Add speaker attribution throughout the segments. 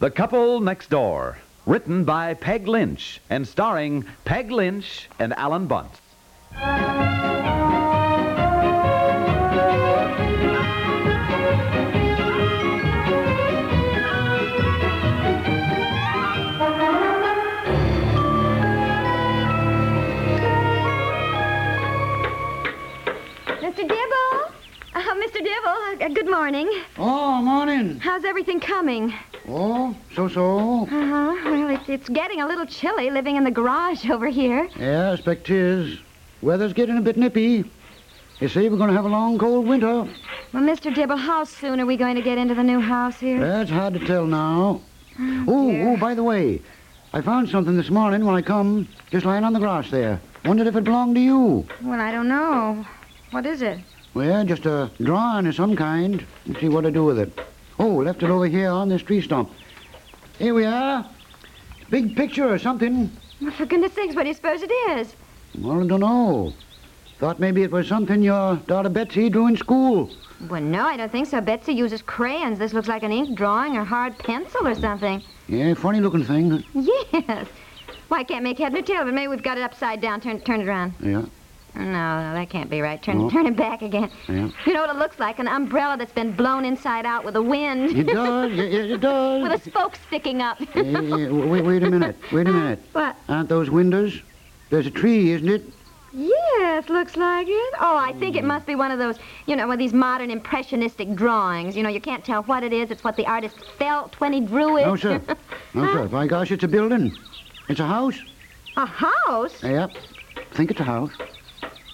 Speaker 1: The Couple Next Door, written by Peg Lynch and starring Peg Lynch and Alan Bunt.
Speaker 2: Mr. Dibble? Oh, Mr. Dibble, uh, good morning.
Speaker 3: Oh, morning.
Speaker 2: How's everything coming?
Speaker 3: Oh, so so.
Speaker 2: Uh-huh. Well, it's, it's getting a little chilly living in the garage over here.
Speaker 3: Yeah, I expect 'tis. Weather's getting a bit nippy. You see, we're going to have a long, cold winter.
Speaker 2: Well, Mr. Dibble, how soon are we going to get into the new house here?
Speaker 3: That's hard to tell now. Oh,
Speaker 2: dear.
Speaker 3: oh, by the way, I found something this morning when I come, just lying on the grass there. Wondered if it belonged to you.
Speaker 2: Well, I don't know. What is it?
Speaker 3: Well, just a drawing of some kind. Let's see what to do with it. Oh, left it over here on this tree stump. Here we are. Big picture or something.
Speaker 2: Well, for goodness sakes, what do you suppose it is?
Speaker 3: Well, I don't know. Thought maybe it was something your daughter Betsy drew in school.
Speaker 2: Well, no, I don't think so. Betsy uses crayons. This looks like an ink drawing or hard pencil or something.
Speaker 3: Yeah, funny looking thing.
Speaker 2: Yes. Why I can't make head nor tail of it. Maybe we've got it upside down. Turn, turn it around. Oh,
Speaker 3: Yeah.
Speaker 2: No, no, that can't be right. Turn,
Speaker 3: No.
Speaker 2: turn it back again.
Speaker 3: Yeah.
Speaker 2: You know what it looks like? An umbrella that's been blown inside out with a wind.
Speaker 3: It does. it, it it does.
Speaker 2: with a spoke sticking up.
Speaker 3: Eh, eh, wait, wait a minute. Wait a minute.
Speaker 2: What?
Speaker 3: Aren't those windows? There's a tree, isn't it?
Speaker 2: Yes, looks like it. Oh, I think it must be one of those, you know, one of these modern impressionistic drawings. You know, you can't tell what it is. It's what the artist felt when he drew it.
Speaker 3: No, sir. No, sir. By gosh, it's a building. It's a house.
Speaker 2: a house?
Speaker 3: Yep. Think it's a house.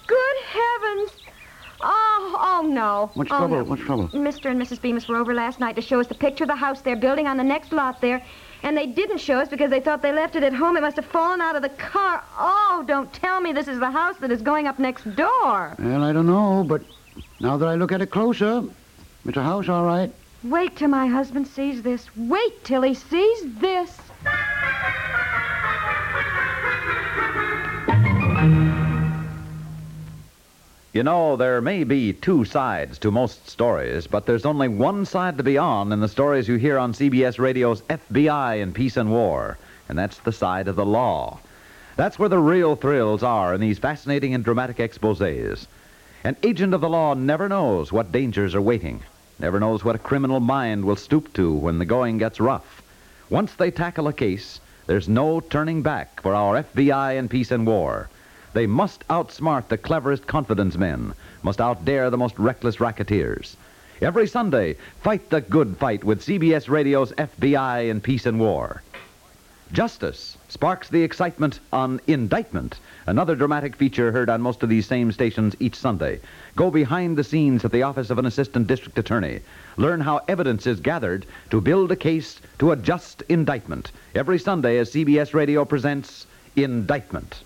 Speaker 2: Good heavens. Oh, oh, no.
Speaker 3: What's
Speaker 2: oh,
Speaker 3: trouble?
Speaker 2: no.
Speaker 3: What's trouble?
Speaker 2: Mr. and Mrs. Bemis were over last night to show us the picture of the house they're building on the next lot there. And they didn't show us because they thought they left it at home. It must have fallen out of the car. Oh, don't tell me this is the house that is going up next door.
Speaker 3: Well, I don't know, but now that I look at it closer, it's a house, all right.
Speaker 2: Wait till my husband sees this. Wait till he sees this.
Speaker 1: You know, there may be two sides to most stories, but there's only one side to be on in the stories you hear on CBS Radio's FBI in Peace and War, and that's the side of the law. That's where the real thrills are in these fascinating and dramatic exposes. An agent of the law never knows what dangers are waiting, never knows what a criminal mind will stoop to when the going gets rough. Once they tackle a case, there's no turning back for our FBI in Peace and War. They must outsmart the cleverest confidence men, must outdare the most reckless racketeers. Every Sunday, fight the good fight with CBS Radio's FBI in Peace and War. Justice sparks the excitement on Indictment, another dramatic feature heard on most of these same stations each Sunday. Go behind the scenes at the office of an assistant district attorney. Learn how evidence is gathered to build a case to a just indictment. Every Sunday as CBS Radio presents Indictment.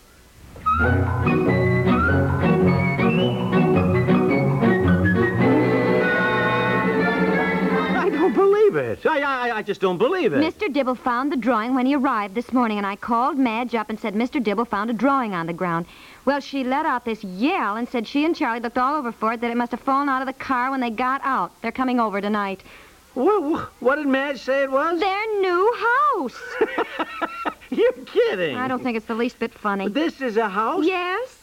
Speaker 4: I don't believe it. I, I, I just don't believe it.
Speaker 2: Mr. Dibble found the drawing when he arrived this morning, and I called Madge up and said Mr. Dibble found a drawing on the ground. Well, she let out this yell and said she and Charlie looked all over for it, that it must have fallen out of the car when they got out. They're coming over tonight.
Speaker 4: What, what did Madge say it was?
Speaker 2: Their new house.
Speaker 4: You're kidding.
Speaker 2: I don't think it's the least bit funny.
Speaker 4: This is a house?
Speaker 2: Yes?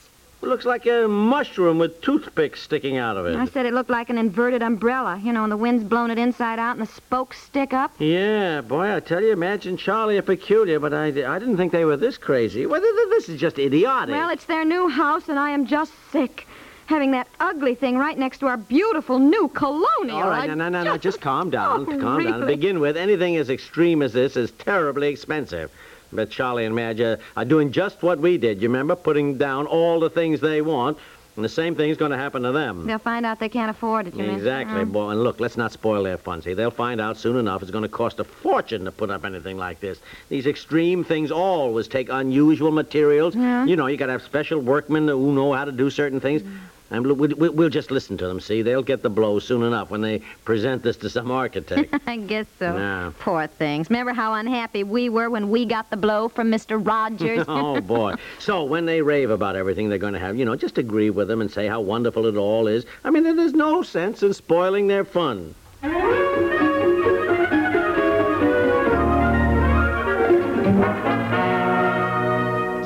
Speaker 4: It looks like a mushroom with toothpicks sticking out of it.
Speaker 2: I said it looked like an inverted umbrella, you know, and the wind's blown it inside out and the spokes stick up.
Speaker 4: Yeah, boy, I tell you, Madge and Charlie are peculiar, but I, I didn't think they were this crazy. Well, th- th- this is just idiotic.
Speaker 2: Well, it's their new house, and I am just sick. Having that ugly thing right next to our beautiful new colonial.
Speaker 4: All right,
Speaker 2: I
Speaker 4: no, no, no, no, just calm down.
Speaker 2: Oh,
Speaker 4: calm down. To
Speaker 2: really?
Speaker 4: begin with, anything as extreme as this is terribly expensive. But Charlie and Madge are, are doing just what we did, you remember? Putting down all the things they want, and the same thing's going to happen to them.
Speaker 2: They'll find out they can't afford it, you mean?
Speaker 4: Exactly,
Speaker 2: Mm.
Speaker 4: boy. And look, let's not spoil their fun. See, they'll find out soon enough it's going to cost a fortune to put up anything like this. These extreme things always take unusual materials.
Speaker 2: Yeah. Mm.
Speaker 4: You know, you got to have special workmen who know how to do certain things. And we'll, we'll, we'll just listen to them, see? They'll get the blow soon enough when they present this to some architect.
Speaker 2: I guess so.
Speaker 4: No.
Speaker 2: Poor things. Remember how unhappy we were when we got the blow from Mr. Rogers?
Speaker 4: oh, boy. So when they rave about everything they're going to have, you know, just agree with them and say how wonderful it all is. I mean, there- there's no sense in spoiling their fun.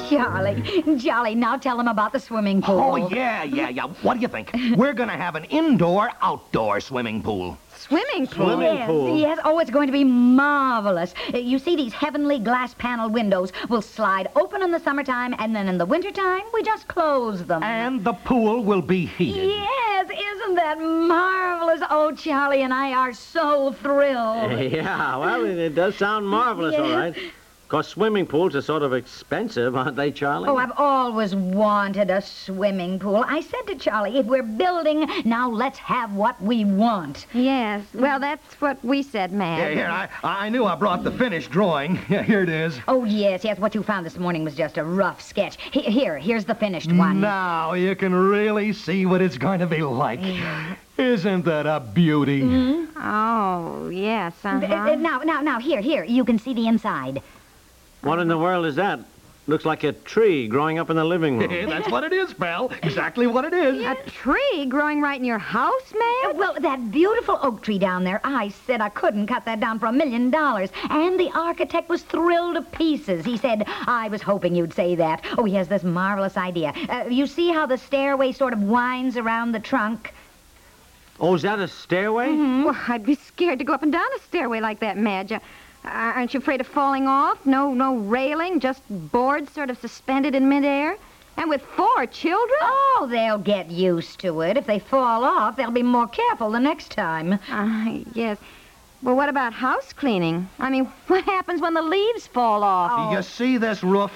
Speaker 5: Jolly, now tell him about the swimming pool.
Speaker 6: Oh, yeah, yeah, yeah. What do you think? We're going to have an indoor outdoor swimming pool.
Speaker 2: Swimming pool.
Speaker 4: Swimming
Speaker 5: Yes,
Speaker 4: pool.
Speaker 5: yes. Oh, it's going to be marvelous. Uh, You see, these heavenly glass panel windows will slide open in the summertime, and then in the wintertime, we just close them.
Speaker 2: Uh,
Speaker 6: And the pool will be heated.
Speaker 5: Yes, isn't that marvelous? Oh, Charlie and I are so
Speaker 6: Oh,
Speaker 5: thrilled.
Speaker 4: yeah, well, it, it does sound marvelous, all
Speaker 5: Yes.
Speaker 4: right. Because swimming pools are sort of expensive, aren't they, Charlie?
Speaker 5: Oh, I've always wanted a swimming pool. I said to Charlie, if we're building, now let's have what we want.
Speaker 2: Yes. Well, that's what we said, Madge.
Speaker 6: Here, here, I, I knew I brought the finished drawing. Here it is.
Speaker 5: Oh, yes, yes. What you found this morning was just a rough sketch. He- Here, here's the finished one.
Speaker 6: Now you can really see what it's going to be like. Isn't that a beauty?
Speaker 2: Oh, yes.
Speaker 5: Uh, uh,
Speaker 2: Uh-huh.
Speaker 5: Now, now, now, here, here. You can see the inside.
Speaker 4: What in the world is that? Looks like a tree growing up in the living room.
Speaker 6: That's what it is, pal. Exactly what it is.
Speaker 2: A tree growing right in your house,
Speaker 5: Uh,
Speaker 2: Madge?
Speaker 5: Well, that beautiful oak tree down there, I said I couldn't cut that down for a million dollars. And the architect was thrilled to pieces. He said, I was hoping you'd say that. Oh, he has this marvelous idea. Uh, you see how the stairway sort of winds around the trunk?
Speaker 4: Oh, is that a stairway?
Speaker 6: Mm-hmm.
Speaker 2: Well, I'd be scared to go up and down a stairway like that, Madge. Uh, aren't you afraid of falling off? No, no railing, just boards sort of suspended in midair? And with four children?
Speaker 5: Oh, they'll get used to it. If they fall off, they'll be more careful the next time.
Speaker 2: Uh, yes. Well, what about house cleaning? I mean, what happens when the leaves fall off?
Speaker 6: Do You see this roof?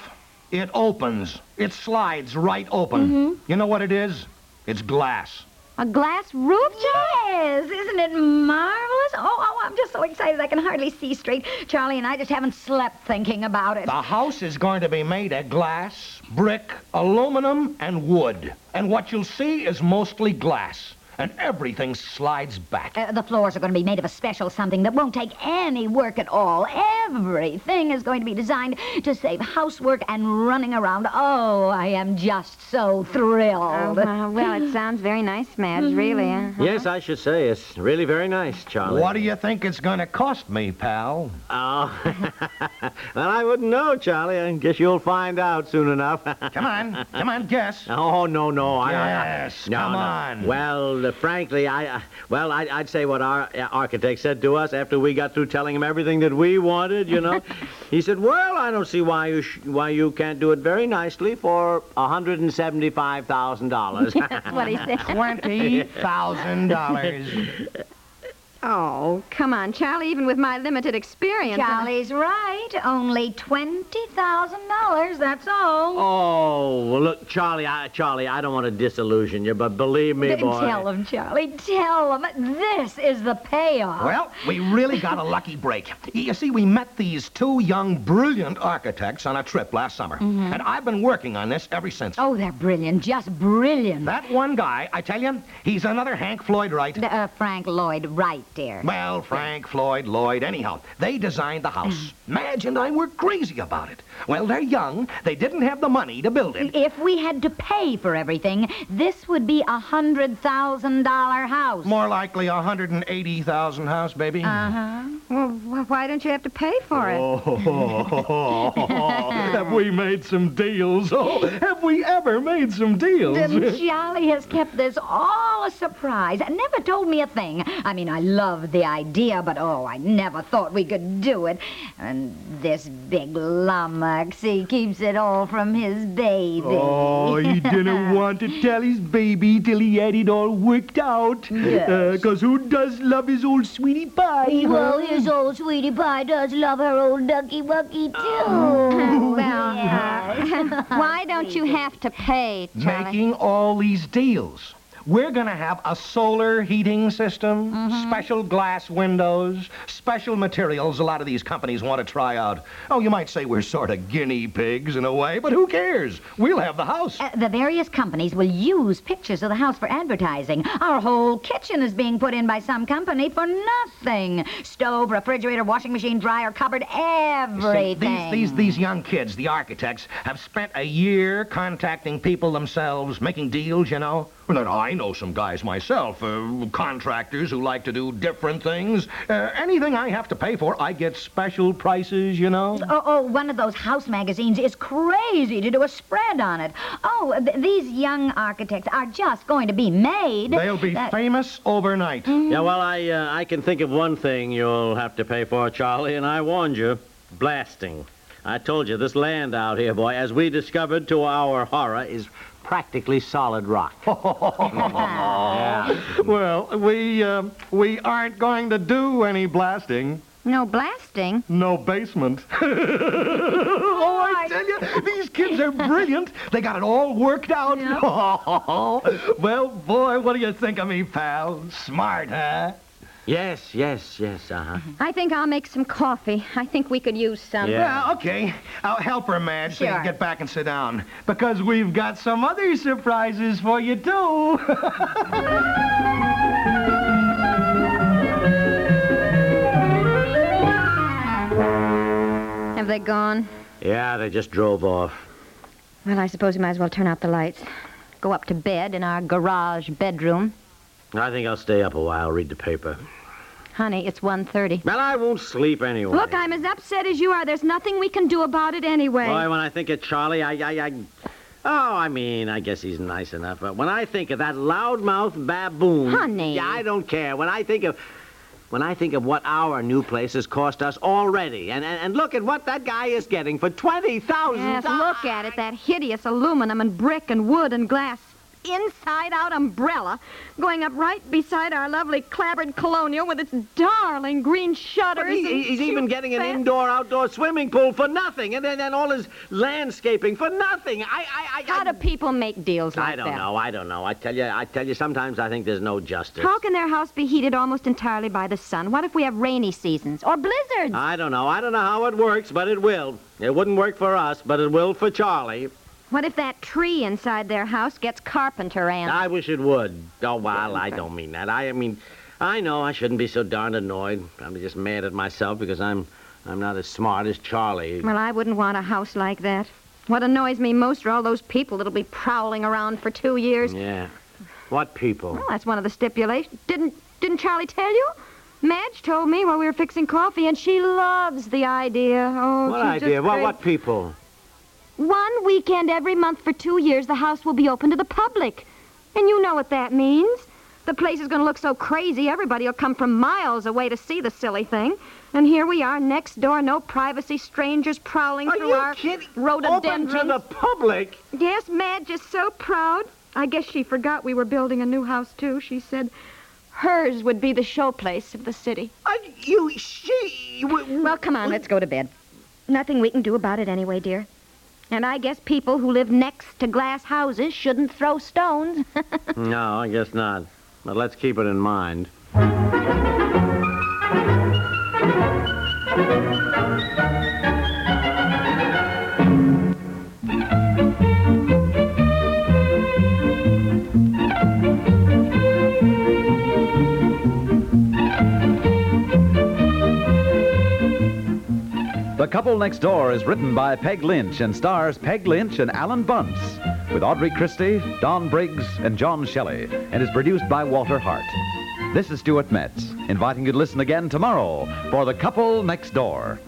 Speaker 6: It opens. It slides right open. You know what it is? It's glass.
Speaker 2: A glass roof, Joe?
Speaker 5: Yes, isn't it marvelous? Oh, oh, I'm just so excited I can hardly see straight. Charlie and I just haven't slept thinking about it.
Speaker 6: The house is going to be made of glass, brick, aluminum, and wood. And what you'll see is mostly glass. And everything slides back.
Speaker 5: Uh, the floors are going to be made of a special something that won't take any work at all. Everything is going to be designed to save housework and running around. Oh, I am just so thrilled.
Speaker 2: Uh, well, it sounds very nice, Madge, really. Uh,
Speaker 4: Yes, I should say. It's really very nice, Charlie.
Speaker 6: Uh-huh. What do you think it's going to cost me, pal?
Speaker 4: Oh. well, I wouldn't know, Charlie. I guess you'll find out soon enough.
Speaker 6: Come on, come on, guess.
Speaker 4: oh, no, no. I, I-
Speaker 6: Yes,
Speaker 4: I, no,
Speaker 6: come
Speaker 4: no.
Speaker 6: on.
Speaker 4: Well, uh, frankly, I, uh, well, I, I'd say what our uh, architect said to us after we got through telling him everything that we wanted, you know. he said, well, I don't see why you, sh- why you can't do it very nicely for $175,000.
Speaker 2: That's what he said.
Speaker 6: Twenty thousand dollars.
Speaker 2: Oh, come on, Charlie, even with my limited experience. I-
Speaker 5: Charlie's right. Only $20,000, that's all.
Speaker 4: Oh, well, look, Charlie, I, Charlie, I don't want to disillusion you, but believe me,
Speaker 5: Then
Speaker 4: boy.
Speaker 5: Tell him, Charlie. Tell him. This is the payoff.
Speaker 6: Well, we really got a lucky break. You see, we met these two young, brilliant architects on a trip last summer. And I've been working on this ever since.
Speaker 5: Oh, they're brilliant. Just brilliant.
Speaker 6: That one guy, I tell you, he's another Hank Floyd Wright.
Speaker 5: The, uh, Frank Lloyd Wright, dear.
Speaker 6: Well, Frank, Floyd, Lloyd, anyhow, they designed the house. Madge and I were crazy about it. Well, they're young. They didn't have the money to build it.
Speaker 5: If we had to pay for everything, this would be a hundred thousand dollar house.
Speaker 6: More likely a 180,000 house, baby.
Speaker 2: Well, wh- why don't you have to pay for it?
Speaker 6: Oh, have we made some deals? Oh, have we ever made some deals?
Speaker 5: Jim Jolly has kept this all a surprise and never told me a thing. I mean, I loved the idea, but oh, I never thought we could do it. And this big lummox, he keeps it all from his baby.
Speaker 6: Oh, he didn't want to tell his baby till he had it all worked out.
Speaker 5: Yes.
Speaker 6: Because who does love his old sweetie pie?
Speaker 5: Well, his old sweetie pie does love her old ducky wucky, too.
Speaker 2: Well, uh, why don't you have to pay, Charlie?
Speaker 6: Making all these deals. We're going to have a solar heating system, special glass windows, special materials a lot of these companies want to try out. Oh, you might say we're sort of guinea pigs in a way, but who cares? We'll have the house.
Speaker 5: Uh, the various companies will use pictures of the house for advertising. Our whole kitchen is being put in by some company for nothing. Stove, refrigerator, washing machine, dryer, cupboard,
Speaker 6: See,
Speaker 5: everything.
Speaker 6: These, these, these young kids, the architects, have spent a year contacting people themselves, making deals, you know. Well, then I know some guys myself, uh, contractors who like to do different things. Uh, anything I have to pay for, I get special prices, you know.
Speaker 5: Oh, oh, one of those house magazines is crazy to do a spread on it. Oh, th- these young architects are just going to be made.
Speaker 6: They'll be
Speaker 5: Uh,
Speaker 6: famous overnight.
Speaker 4: Yeah, well, I, uh, I can think of one thing you'll have to pay for, Charlie, and I warned you blasting. I told you, this land out here, boy, as we discovered to our horror, is practically solid rock.
Speaker 6: Well, we uh, we aren't going to do any blasting.
Speaker 2: No blasting.
Speaker 6: No basement. oh, I tell you, these kids are brilliant. They got it all worked out. well, boy, what do you think of me, pal? Smart, huh?
Speaker 4: yes, yes, yes, uh huh.
Speaker 2: I think I'll make some coffee. I think we could use some.
Speaker 4: Yeah.
Speaker 6: Well, okay. I'll help her, Madge, so you
Speaker 5: Sure.
Speaker 6: can get back and sit down. Because we've got some other surprises for you,
Speaker 4: Oh,
Speaker 6: too.
Speaker 2: Have they gone?
Speaker 4: Yeah, they just drove off.
Speaker 2: Well, I suppose we might as well turn out the lights. Go up to bed in our garage bedroom.
Speaker 4: I think I'll stay up a while, read the paper.
Speaker 2: Honey, it's 1.30.
Speaker 4: Well, I won't sleep anyway.
Speaker 2: Look, I'm as upset as you are. There's nothing we can do about it anyway.
Speaker 4: Boy, when I think of Charlie, I, I, I... Oh, I mean, I guess he's nice enough, but when I think of that loudmouth baboon...
Speaker 2: Honey.
Speaker 4: Yeah, I don't care. When I think of... When I think of what our new place has cost us already, and, and, and look at what that guy is getting for $20,000...
Speaker 2: Yes, look at it. That hideous aluminum and brick and wood and glass inside-out umbrella going up right beside our lovely clabbered colonial with its darling green shutters.
Speaker 4: He- he-
Speaker 2: and
Speaker 4: he's even
Speaker 2: cute
Speaker 4: getting an
Speaker 2: fence.
Speaker 4: indoor-outdoor swimming pool for nothing, and then and all his landscaping for nothing. I, I, I,
Speaker 2: How do
Speaker 4: I,
Speaker 2: people make deals like
Speaker 4: I don't
Speaker 2: that?
Speaker 4: know. I don't know. I tell you, I tell you. Sometimes I think there's no justice.
Speaker 2: How can their house be heated almost entirely by the sun? What if we have rainy seasons or blizzards?
Speaker 4: I don't know. I don't know how it works, but it will. It wouldn't work for us, but it will for Charlie.
Speaker 2: what if that tree inside their house gets carpenter ants?
Speaker 4: I wish it would. Oh, well, I don't mean that. I mean, I know I shouldn't be so darned annoyed. I'm just mad at myself because I'm, I'm not as smart as Charlie.
Speaker 2: well, I wouldn't want a house like that. What annoys me most are all those people that'll be prowling around for two years.
Speaker 4: Yeah. What people?
Speaker 2: Well, that's one of the stipulations. Didn't didn't Charlie tell you? Madge told me while we were fixing coffee, and she loves the idea. Oh,
Speaker 4: What
Speaker 2: she's just
Speaker 4: idea? What,
Speaker 2: great.
Speaker 4: what people?
Speaker 2: One weekend every month for two years, the house will be open to the public, and you know what that means. The place is going to look so crazy, everybody will come from miles away to see the silly thing. And here we are, next door, no privacy, strangers prowling
Speaker 4: Are
Speaker 2: through
Speaker 4: you
Speaker 2: our
Speaker 4: kidding? Open
Speaker 2: rhododendrons.
Speaker 4: to the public?
Speaker 2: Yes, Madge is so proud. I guess she forgot we were building a new house, too. She said hers would be the showplace of the city.
Speaker 4: Are you, she... w-
Speaker 2: Well, come on, let's go to bed. Nothing we can do about it anyway, dear. And I guess people who live next to glass houses shouldn't throw stones.
Speaker 4: No, I guess not. But let's keep it in mind.
Speaker 1: The Couple Next Door is written by Peg Lynch and stars Peg Lynch and Alan Bunce, with Audrey Christie, Don Briggs, and John Shelley, and is produced by Walter Hart. This is Stuart Metz, inviting you to listen again tomorrow for The Couple Next Door.